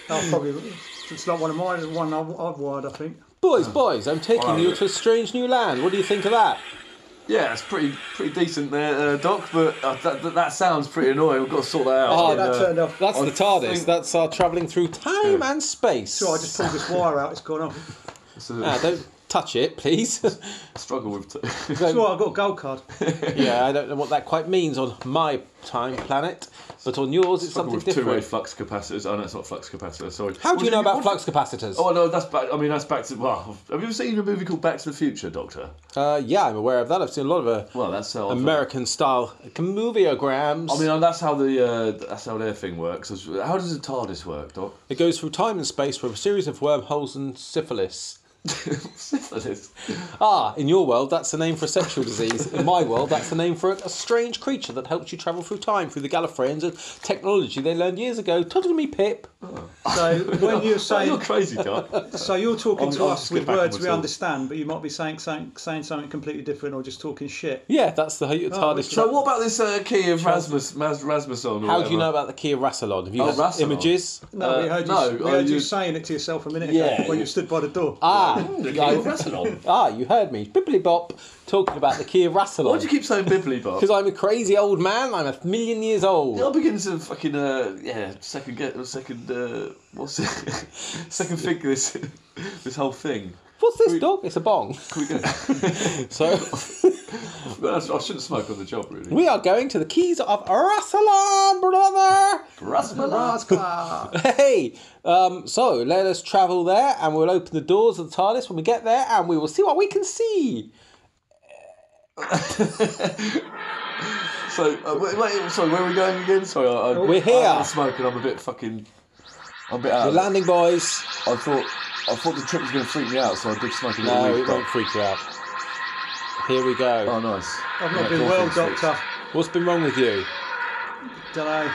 I'll probably. It's not one of mine. It's one I've, I've wired. I think.
Boys, boys, I'm taking
Wow.
you to a strange new land. What do you think of that?
[laughs] Yeah, it's pretty pretty decent there, uh, Doc. But uh, that, that, that sounds pretty annoying. We've got to sort that out.
Oh,
And,
that
uh,
turned off.
That's
I
the TARDIS.
think-
That's our travelling through time and space.
So I just pulled this wire out. It's gone off.
it's a
Ah, don't touch it, please. [laughs]
struggle with. T- [laughs]
That's right. I got a gold card.
yeah, I don't know what that quite means on my time planet, but on yours it's something
with two-way
different.
flux capacitors. Oh no, it's not flux capacitor. Sorry.
How do you know about
flux?
flux capacitors?
Oh no, that's back. I mean, that's back to. Well, have you ever seen a movie called Back to the Future, Doctor?
Uh, yeah, I'm aware of that. I've seen a lot of uh,
Well, that's how. I felt.
American style movieograms.
I mean, that's how the uh, that's how their thing works. How does the TARDIS work, Doc?
it goes through time and space for a series of wormholes and syphilis.
Syphilis.
Ah, in your world, that's the name for a sexual disease. In my world, that's the name for a, a strange creature that helps you travel through time through the Gallifreyans and technology they learned years ago. Toddle me, Pip.
So
[laughs]
when you're
Oh, you're
saying,
crazy, Doc.
so you're talking
I'll-
to
I'll
us
just get
with
back on
words we
myself.
understand, but you might be saying saying, saying something completely different or just talking shit.
Yeah, that's the TARDIS.
okay.
Oh, So what about this uh, key of Rasmus Mas, Rasmussen? or
How do you
whatever?
know about the key of Rassilon? Have you
Oh,
got
Rassilon.
images?
No, we
Uh,
heard you,
no,
we
I
heard you
just-
saying it to yourself a minute
Yeah. Uh,
ago when you stood by the door.
Ah,
The key of
I-
Rassilon.
ah, you heard me. Bibbly Bop talking about the key of
Why do you
Rassilon.
keep saying bibbly bop?
Because I'm a crazy old man. I'm a million years old.
I'm beginning to fucking uh, yeah second get second uh, what's it [laughs] second think this this whole thing.
What's this, dog? It's a bong. [laughs]
Can we go?
So
[laughs] Well, I shouldn't smoke on the job, really.
we are going to the keys of Rassilon, brother. [laughs]
Rasmus.
Hey, um, so let us travel there, and we'll open the doors of the TARDIS when we get there, and we will see what we can see.
So, uh, wait, wait, sorry, where are we going again? Sorry, I, I,
We're here.
I'm smoking. I'm a bit fucking. I'm a bit out.
The
of it.
landing, boys.
I thought I thought the trip was going to freak me out, so I did smoke a little
No,
weed.
Uh, it won't
but-
freak you out. Here we go.
Oh, nice.
I've not
Yeah,
been
door
well,
thing's fixed.
Doctor.
What's been wrong with you?
Don't know.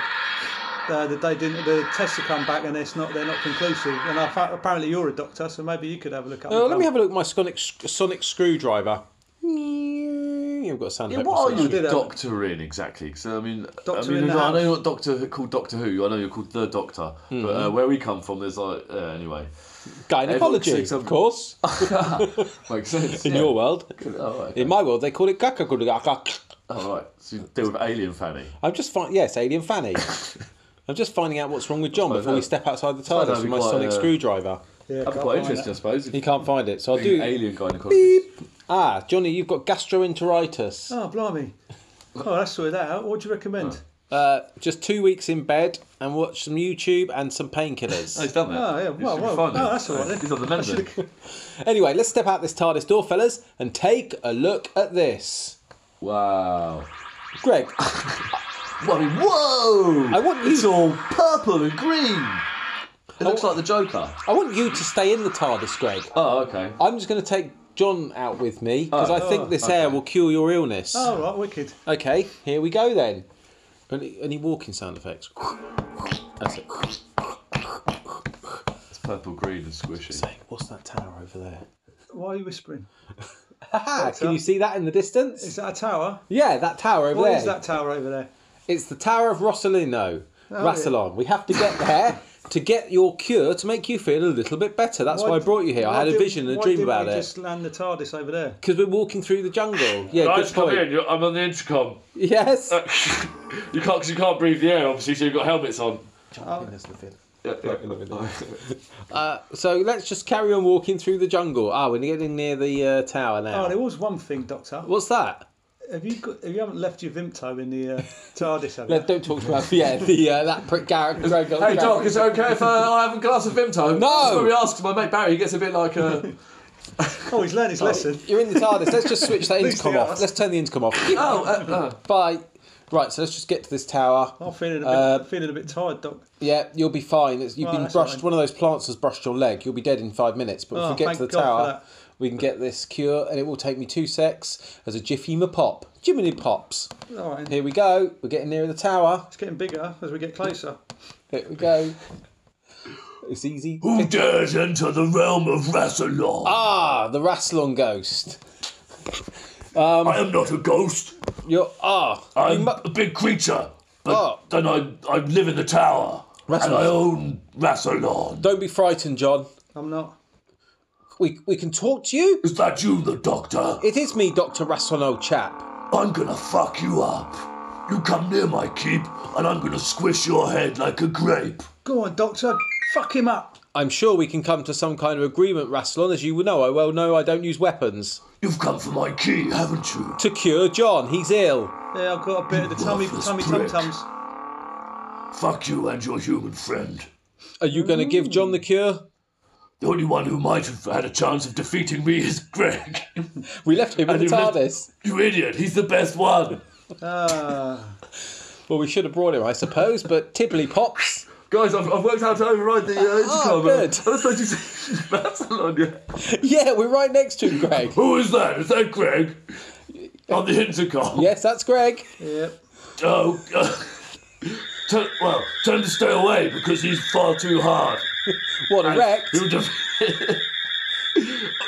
Uh, that they didn't. The tests have come back and it's not. They're not conclusive. And I, fa- apparently you're a doctor, so maybe you could have a look at.
Uh,
um,
Oh, let me have a look at my sonic, sonic screwdriver. You've got a sound
Yeah,
effect
what
for
are
sonic
you
did
a
that.
doctor in exactly? So I mean,
Doctor
I, mean,
in the
I know
house.
you're not Doctor called Doctor Who. I know you're called the Doctor, but uh, where we come from, there's like uh, anyway, [laughs]
Gynecology,
Everyone-
of
[laughs]
course.
makes sense.
In
Oh, yeah.
your world.
oh, right,
In my world, they call it gakagulagaka.
oh, right. So you deal with alien fanny.
I'm just finding... Yes, Alien Fanny.
[laughs]
I'm just finding out what's wrong with John
Find
before we
out.
step outside the
Find
TARDIS
out
with my
quite,
sonic
uh,
screwdriver.
Yeah,
That'd be
can't
quite
find
interesting, I
that.
suppose. If
He can't find it, so I'll
being
do...
an alien gynecologist.
Ah, Johnny, you've got gastroenteritis.
Oh blimey! Oh, that's sorted that out. What do you recommend?
Uh, just two weeks in bed and watch some YouTube and some painkillers.
Oh, [laughs] he's done that.
Oh, yeah,
He
well,
should be
well,
fine then.
oh, that's all right then.
He's on
[laughs]
the
I
mend then.
should've-
Anyway, let's step out this TARDIS door, fellas, and take a look at this.
Wow.
Greg,
Well, I mean, whoa!
I want you-
It's all purple and green. It looks like the Joker.
I want you to stay in the TARDIS, Greg.
Oh, okay.
I'm just going to take John out with me because
Oh.
I think this
okay.
air will cure your illness.
Oh, right, wicked.
Okay, here we go then. Any, any walking sound effects? That's it.
It's purple, green, and squishy.
Hey, what's that tower over there?
Why are you whispering?
Haha, can you see that in the
Is
distance?
that a tower?
Yeah, that tower over
What
there.
is that tower over there?
It's the Tower of Rossellino.
Oh,
Rassilon. We have to get
[laughs]
there to get your cure to make you feel a little bit better. That's why, I brought you here. I had a
didn't-
vision and a
why
dream
didn't
about
we
it.
Just land the TARDIS over there.
Because we're walking through the
[laughs]
jungle. Yeah,
Guys,
good point.
I'm on the intercom. [laughs]
Yes.
Uh, you can't, cause you can't breathe the air, obviously, so you've got helmets on.
Uh, so let's just carry on walking through the jungle. Ah, we're getting near the uh, tower now.
Oh, there was one thing, Doctor.
What's that?
Have you got, if you haven't left your Vimto
[laughs]
in the uh, TARDIS, have
No,
you?
don't talk about [laughs] yeah the uh, that prick Garrett. Greg-
Hey, Doc, is it okay if uh, I have a glass of
No!
Vimto? [laughs] That's what we asked my mate Barry. He gets a bit like uh, a.
Oh, he's learned his lesson.
You're in the TARDIS. Let's just switch
[laughs]
that
At least
intercom
he
off.
asked.
Let's turn the intercom off.
Oh, uh, uh,
Bye. Right, so let's just get to this tower.
I'm feeling a bit,
Uh,
feeling a bit tired, Doc.
Yeah, you'll be fine. It's, you've
Right,
been
that's
brushed.
fine.
One of those plants has brushed your leg. You'll be dead in five minutes. But if
Oh,
we get to
thank
the
God for
tower,
that.
we can get this cure, and it will take me two secs as a jiffy ma pop. Jiminy pops.
All right,
Here we go. We're getting nearer the tower.
it's getting bigger as we get closer.
Here we go. It's easy.
who dares enter the realm of Rassilon?
Ah, the Rassilon ghost.
I am not a ghost.
You're ah. you
I'm
mu-
a big creature.
Oh.
But then I, I live in the tower. And
Rassilon.
I own Rassilon.
Don't be frightened, John.
I'm not.
We we can talk to you.
Is that you, the doctor?
It is me, Doctor Rassilon, old chap.
I'm gonna fuck you up. You come near my keep, and I'm gonna squish your head like a grape.
Go on, Doctor. Fuck him up.
I'm sure we can come to some kind of agreement, Rassilon. As you know, I well know I don't use weapons.
You've come for my key, haven't you?
To cure John, he's ill.
Yeah, I've got a bit of the tummy,
worthless
tummy tum
prick.
tums.
Fuck you and your human friend.
Are you going to give John the cure?
The only one who might have had a chance of defeating me is [laughs] Greg.
We left him in the
you left-
TARDIS.
you idiot, he's the best one.
Ah,
Well, we should have brought him, I suppose, but Tibbly
[laughs]
Pops.
Guys, I've, I've worked out how to override the uh, intercom.
good.
I was like, you said [laughs] Barcelona. yeah.
Yeah, we're right next to him, Greg.
Who is that? Is that Greg? On the intercom.
Yes, that's Greg.
yep.
Oh, [laughs] uh, tell, well, tell him to stay away because he's far too hard.
What a wreck.
He'll def- [laughs]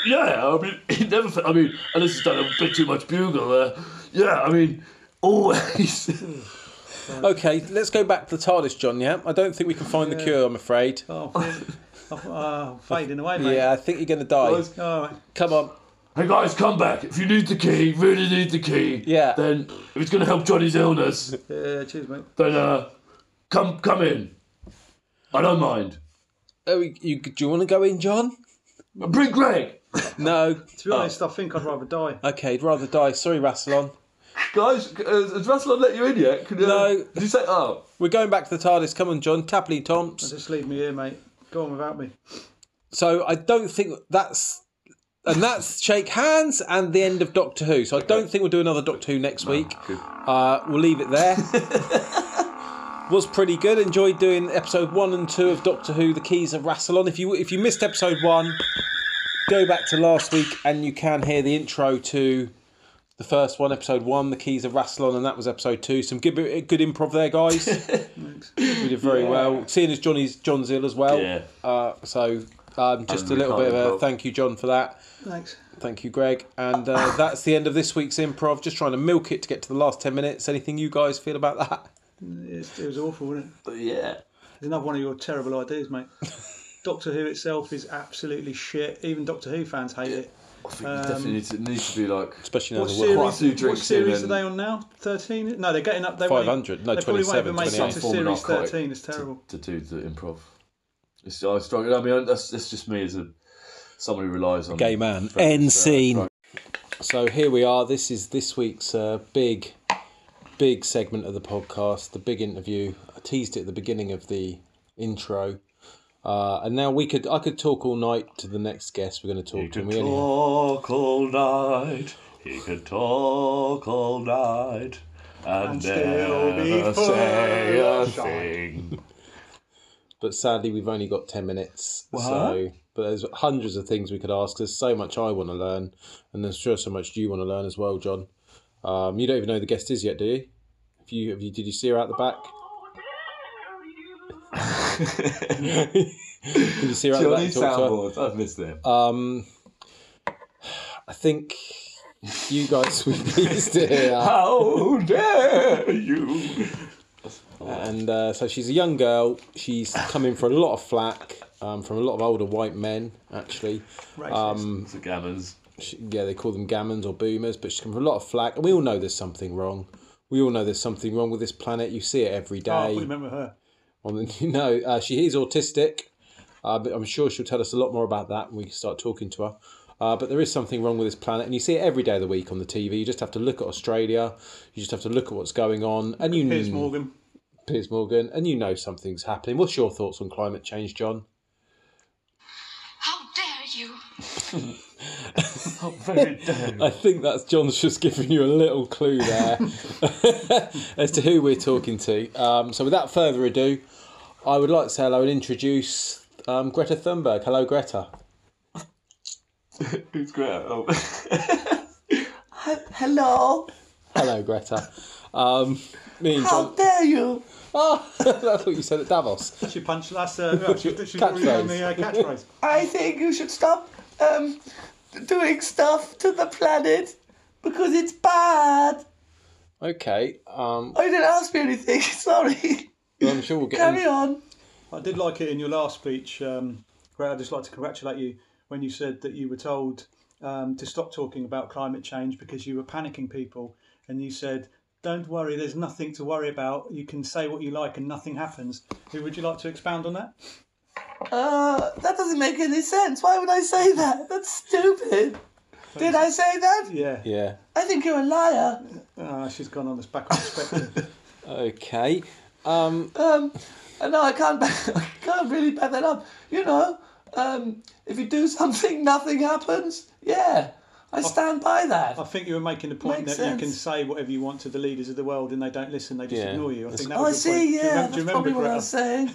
yeah, I mean, he never. Fa- I mean, unless he's done a bit too much bugle there. Yeah, I mean, always. [laughs]
Okay, let's go back to the TARDIS, John, yeah? I don't think we can find the cure, I'm afraid.
Oh, I'm uh, fading away, mate.
Yeah, I think you're going to die.
Guys,
All right.
Come on.
hey guys, come back if you need the key. Really need the key.
Yeah.
Then if it's gonna help Johnny's illness,
Yeah, cheers, mate.
then uh, come come in. I don't mind.
Oh, you, you- do you want to go in, John?
Bring Greg,
No.
To be
Oh.
honest, I think I'd
[laughs]
rather die.
Okay, I'd rather die. Sorry, Rassilon.
guys. Has, has Rassilon let you in yet? Can, uh,
No.
Did you say? Oh,
We're going back to the TARDIS. Come on, John. Tapley Tomps.
Just leave me here, mate. Go on without me.
So I don't think that's. And that's shake hands and the end of Doctor Who. So I don't think we'll do another Doctor Who next week. Uh, we'll leave it there. Was pretty good. Enjoyed doing episode one and two of Doctor Who: The Keys of Rassilon. If you if you missed episode one, go back to last week and you can hear the intro to the first one, episode one, The Keys of Rassilon, and that was episode two. Some good good improv there, guys. we did very well. Seeing as Johnny's John's ill as well.
Yeah.
Uh, so um, just
And
a
we
little bit of
can't
a
improv.
thank you, John, for that.
Thanks.
Thank you, Greg. And uh, [laughs] that's the end of this week's improv. Just trying to milk it to get to the last 10 minutes. Anything you guys feel about that?
It's, it was awful, wasn't it?
but yeah.
It's another one of your terrible
[laughs]
ideas, mate. Doctor Who itself is absolutely shit. Even Doctor Who fans hate it.
I think
Um,
you definitely need to, needs to be like.
Especially now
What
the world.
Quite a few
series, what
drinks
series
in
are they on now? 13? No, they're getting up. They won't even-
500, no,
they probably won't even
27,
make it to
28.
series
Form narcotic.
13. It's terrible.
to do the improv. It's, I struggle. I mean, that's, that's just me as a someone who relies
[laughs]
on
Gay man.
friends,
End
uh,
scene.
right.
So here we are. This is this week's uh, big, big segment of the podcast, the big interview. I teased it at the beginning of the intro, uh, and now we could I could talk all night to the next guest. We're going to talk to. and we only-
Talk all night. He could talk all night and,
still be
never
full
say a
of shite.
[laughs] thing.
but sadly we've only got 10 minutes so but there's hundreds of things we could ask there's so much i want to learn and there's sure so much you want to learn as well john um, you don't even know who the guest is yet do you if you, have you did you see her out the back did you see her out the back
Johnny
and talk to her?
soundboards. I've missed them.
um i think you guys would be pleased to hear [laughs]
How dare you?
and uh, so she's a young girl she's come in for a lot of flack um, from a lot of older white men actually
Racist.
[laughs] It's the gammons.
she- yeah, they call them gammons or boomers, but she's come from a lot of flack, and we all know there's something wrong. We all know there's something wrong with this planet. You see it every
Oh, I
day.
remember her.
on the, [laughs] you know, uh, she is autistic, uh, but I'm sure she'll tell us a lot more about that when we start talking to her. Uh, but there is something wrong with this planet, and you see it every day of the week on the TV. You just have to look at Australia. You just have to look at what's going on, and you
Hmm.
Piers Morgan.
Piers Morgan, and you know something's happening. What's your thoughts on climate change, John?
How dare you?
Very damn.
I think that's John's just giving you a little clue
[laughs]
there as to who we're talking to. Um, so, without further ado, I would like to say hello and introduce um, Greta Thunberg. Hello, Greta.
Who's great? Oh.
Hello.
Hello, Greta. Um, me and
How
John.
dare you?
Oh, [laughs] I thought you said at Davos.
She punched. That's uh,
[laughs]
yeah, she, she's already
Catchphrase.
done the uh, catchphrase.
I think you should stop um, doing stuff to the planet because it's bad.
Okay. Um,
Oh, you didn't ask me anything. [laughs] Sorry.
I'm sure we'll get.
Carry
In...
on.
I did like it in your last speech, um, Greg. I'd just like to congratulate you when you said that you were told um, to stop talking about climate change because you were panicking people, and you said, "Don't worry, there's nothing to worry about. You can say what you like, and nothing happens." Who would you like to expound on that?
Uh, that doesn't make any sense. Why would I say that? That's stupid. Did I say that?
Yeah,
Yeah.
I think you're a liar.
Ah, she's gone on this backwards
[laughs]
spectrum.
Okay.
Um, uh, no, I can't. [laughs] Back, I can't really back that up. You know, um, if you do something, [laughs] nothing happens. Yeah, I stand by that.
I think you were making the point
Makes
that you can
sense.
say whatever you want to the leaders of the world, and they don't listen. They just
Yeah.
ignore you. I think that
Oh, I
was your point.
see.
Do you remem-
Yeah,
do you
that's probably what I was saying.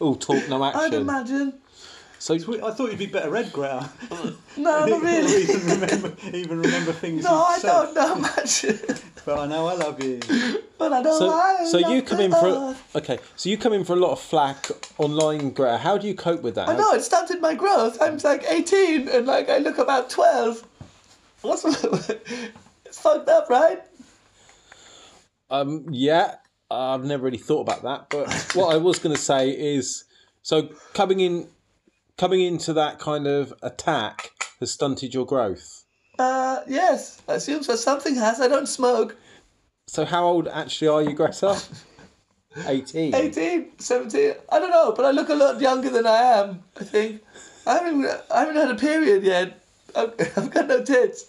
All talk, no
I'd
action.
imagine.
So,
Sweet, I thought you'd be better read, Greta.
No, not
[laughs]
Oh, really.
even remember, even remember things.
[laughs] No, I
you've said.
don't know much. [laughs]
But I know I love you.
but I don't
so,
lie.
so you
love
come
the
in for a,
earth.
okay. So you come in for a lot of flack online, Greta. How do you cope with that?
I know it stunted my growth. I'm like 18, and like I look about 12. What's [laughs] it's fucked up, right?
Um, yeah, I've never really thought about that. But what I was going to say is, so coming in, coming into that kind of attack has stunted your growth.
Uh, yes. I assume so. Something has. I don't smoke.
So how old actually are you, Greta? Eighteen.
18, 17, I don't know, but I look a lot younger than I am, I think. I haven't, I haven't had a period yet. I've, [laughs] I've got no tits.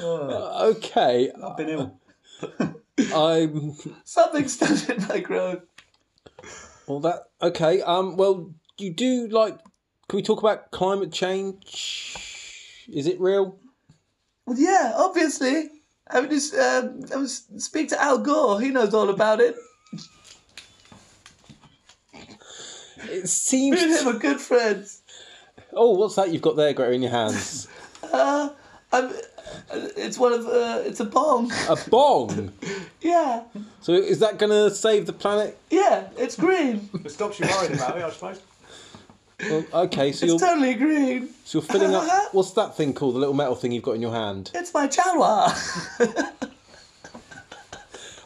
Okay,
I've been ill.
I'm.
Something [laughs] stood in my growth.
Well, that okay. Um, well, you do like. Can we talk about climate change? Is it real?
Well, yeah, obviously. I would just um, I would s- speak to Al Gore. He knows all about it. [laughs]
It
Me and
seems.
[laughs] him are good friends.
Oh, what's that you've got there, Greta, in your hands?
Uh, I'm, it's one of uh, it's a bomb.
A bong.
Yeah,
So is that going to save the planet?
yeah, it's green.
It stops you worrying about it, I suppose.
Well, okay, so you're,
It's totally green.
so you're filling up. What's that thing called? The little metal thing you've got in your hand?
It's my Jawa.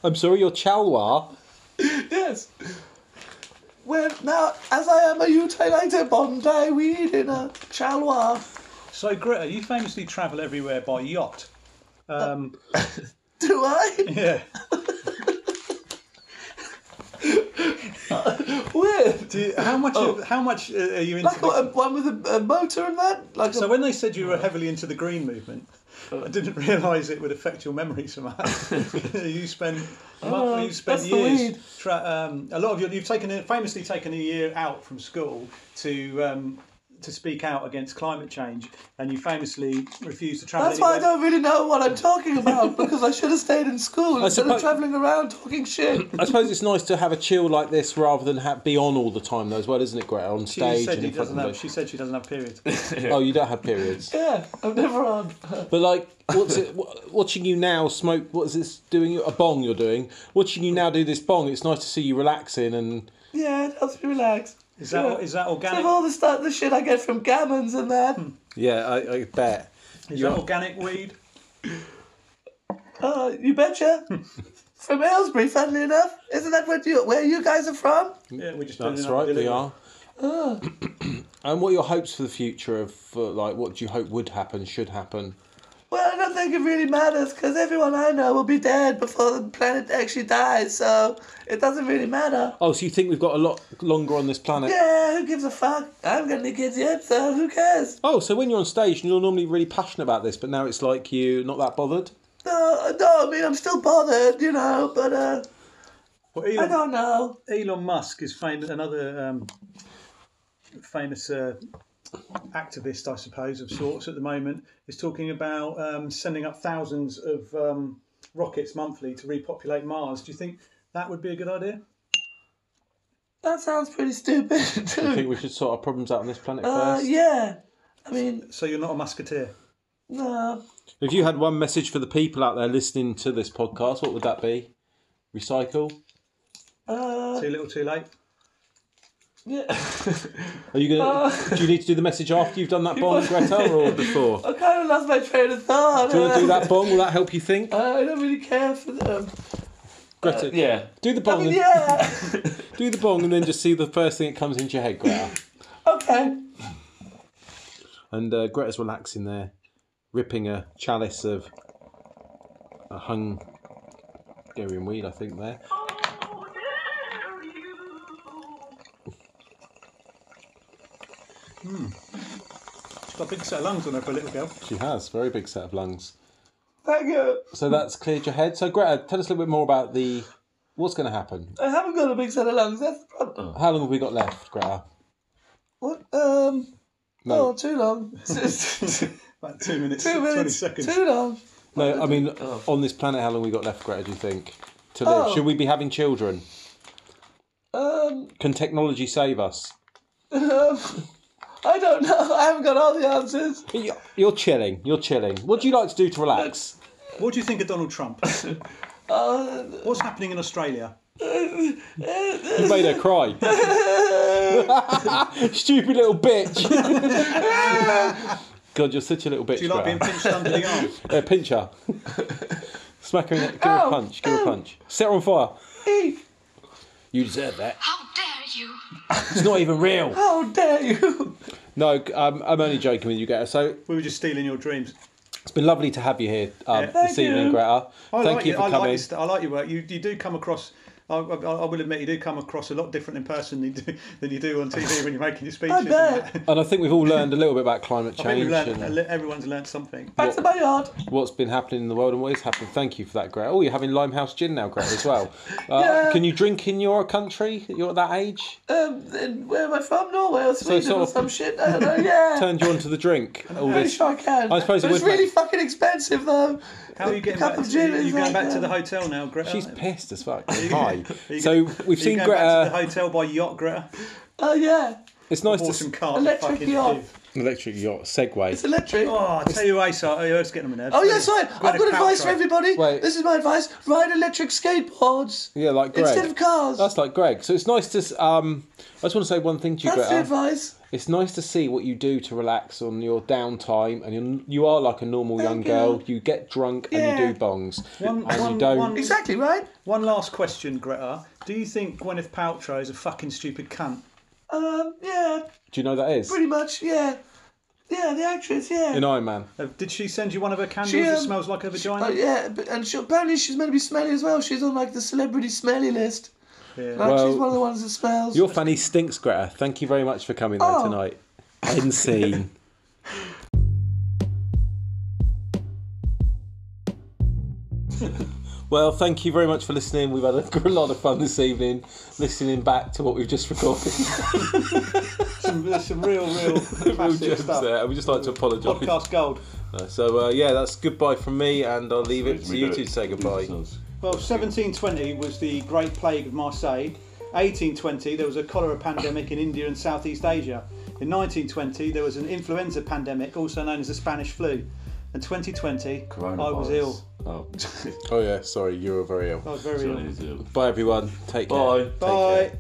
I'm sorry, your chalwa.
Yes. Well, now, as I am a utilitator Bondi weed in a chalwa.
So, Greta, you famously travel everywhere by yacht. Um,
Do
[laughs]
I?
yeah.
Weird.
Do you, how much? of- how much uh, are you into?
Oh. Like
the- [laughs]
what, a, one with a, a motor and that? Like
so,
a,
when they said you were heavily into the green movement, I didn't realise it would affect your memory so much. [laughs] you
[laughs]
spent,
Oh,
you spent
that's the
years.
weed.
Tra- um, a lot of your, you've taken a, famously taken a year out from school to. Um, to speak out against climate change, and you famously refused to travel.
that's why I
anywhere-
don't really know what I'm
[laughs]
talking about because I should have stayed in school instead
suppose-
of travelling around
[coughs]
talking shit.
I suppose it's nice to have a chill like this rather than ha be on all the time, though, as well, isn't it, Greta? On
She
stage
said
and
she
in front
doesn't
of
have.
the-
She said she doesn't have periods.
Oh, you don't have periods.
Yeah, I'm never on. [laughs]
But like, what's it? wa- Watching you now smoke. What is this doing? A bong you're doing. Watching you now do this bong. It's nice to see you relaxing and
Yeah, it helps me relax.
Is that is
yeah.
that
Instead
organic? Hmm.
of all the stuff, the shit I get from gammons and that.
yeah, I, I bet.
Is that organic weed?
Uh,
[laughs]
you betcha. from Aylesbury, funnily enough. Isn't that what you, where you guys are from?
Yeah, we just
Mm. That's right, we are. [clears throat] and what are your hopes for the future of uh, like what do you hope would happen, should happen?
Well, I don't think it really matters because everyone I know will be dead before the planet actually dies, so it doesn't really matter.
Oh, so you think we've got a lot longer on this planet?
Yeah, who gives a fuck? I haven't got any kids yet, so who cares?
Oh, so when you're on stage and you're normally really passionate about this, but now it's like you not that bothered.
No, Uh, no, I mean, I'm still bothered, you know, but uh,
Well,
I
Elon,
don't know.
Elon Musk is famous. Another um, famous uh, activist, I suppose, of sorts at the moment, is talking about um, sending up thousands of um, rockets monthly to repopulate Mars. Do you think that would be a good idea?
That sounds pretty stupid,
I
too.
think we should sort our problems out on this planet
[laughs] Uh,
first.
yeah. I mean,
So you're not a musketeer.
no.
If you had one message for the people out there listening to this podcast, what would that be? Recycle.
Uh,
Too little, too late.
yeah.
Are you gonna?
Uh.
do you need to do the message after you've
[laughs]
done that bong, Greta, or before?
I kind of lost my train of thought.
Do you want to do that bong? Will that help you think,
Uh, I don't really care for them.
Greta?
Yeah.
Do the
I
bong.
mean,
and,
yeah.
Do the bong, and then just see the first thing that comes into your head, Greta.
okay.
And uh, Greta's relaxing there, ripping a chalice of a Hungarian weed, I think. There.
She's got a big set of lungs on her for a little girl. [laughs]
She has very big set of lungs.
Thank you.
So that's cleared your head. So Greta, tell us a little bit more about the what's going to happen.
I haven't got a big set of lungs. That's the problem.
How long have we got left, Greta?
What? Um.
No.
Oh,
[laughs]
too long. two
About two minutes, twenty
minutes.
seconds.
Too long.
No, I mean on this planet, how long we got left, Greta? Do you think to live?
Oh.
Should we be having children?
Um.
Can technology save us?
um I don't know. I haven't got all the answers.
You're you're chilling. You're chilling. What do you like to do to relax?
What do you think of Donald Trump?
Uh,
What's happening in Australia?
You made her
[laughs]
cry. Stupid little bitch. God, you're such a little bitch.
Do you like being
Greta.
pinched under the
[laughs]
arm?
Uh, pinch her. Smack her. In the, give her a
Ow.
punch. Give her a
Ow.
punch. Set her on fire.
eek.
You deserve that.
How dare you!
It's not even real.
How dare you?
No, um, I'm only joking with you, Greta. So
We were just stealing your dreams.
it's been lovely to have you here um,
Yeah.
this
Thank you.
evening, Greta.
I
Thank
like
you
your-
for
I Like
coming.
your, st- I like your work. You, you do come across. I, I, I will admit, you do come across a lot different in person than you do, [laughs] than you do on TV when you're making your speeches. and [laughs]
bet.
that.
and I think we've all learned a little bit about climate
I think
change
we've learned,
and
everyone's learned something.
Back to my yard.
what's been happening in the world and what is happening. Thank you for that, Greta. Oh, you're having Limehouse gin now, Greta, as
[laughs]
well. Uh,
Yeah.
Can you drink in your country? You're at that age.
Um, and where am I from? Norway or Sweden
sort
or
of-
some
[laughs]
shit? I don't know. Yeah.
Turned you on to the drink.
[laughs]
All
I'm pretty
this.
sure I can.
I suppose it
but it's
would
really
make-
fucking expensive though.
How are you getting
cup
back?
of
to-
gin
you,
is
you going
like,
back to the
um,
hotel now, Greta?
She's
Are you-
pissed as fuck.
[laughs]
Hi.
you
So
go-
we've
are you
seen
going Back to the
Greta.
hotel by yacht, Greta.
Oh yeah,
It's nice to
Or
s-
some cars.
Electric
fucking
yacht.
do.
electric yacht segue.
it's electric.
Oh, I tell you, Ace, I- I was getting on my nerves.
Oh yeah, sorry. I've got
Gwyneth
advice for
Paltrow.
everybody.
Wait.
This is my advice: ride electric skateboards
Yeah, like Greg.
instead of cars. That's,
That's like Greg. So it's nice to. s- Um, I just want to say one thing to you,
the
Greta.
advice.
It's nice to see what you do to relax on your downtime, and you're, you are like a normal young
Thank you.
girl. You get drunk and
Yeah.
you do bongs,
One-
and you
one-
don't.
one-
Exactly right.
One last question, Greta. Do you think Gwyneth Paltrow is a fucking stupid cunt?
Um, yeah,
Do you know that is
pretty much. Yeah, yeah, the actress. Yeah.
in Iron Man?
Uh, Did she send you one of her candles
She,
that
um,
smells like her vagina?
Oh yeah, but, and she, apparently she's meant to be smelly as well. She's on like the celebrity smelly list.
Yeah.
Like
Well,
she's one of the ones that smells.
Your fanny stinks, Greta. Thank you very much for coming though
Oh.
tonight. [laughs] Insane. well, thank you very much for listening. We've had a [laughs] lot of fun this evening listening back to what we've just [laughs] recorded.
some, there's some real,
[laughs]
real
Real
classic
gems
stuff.
there, and we just like to apologise.
Podcast gold.
Uh, So uh, yeah, that's goodbye from me, and I'll leave it to
We
you
do
two to say goodbye.
Well, 1720 was the Great Plague of Marseille. 1820, there was a cholera pandemic in India and Southeast Asia. In 1920, there was an influenza pandemic, also known as the Spanish flu. And 2020, I was ill.
Oh, [laughs]
Oh yeah, sorry, you were very ill.
I was very
Johnny
ill.
is ill.
Bye everyone. Take care.
Bye.
Take care.
Bye.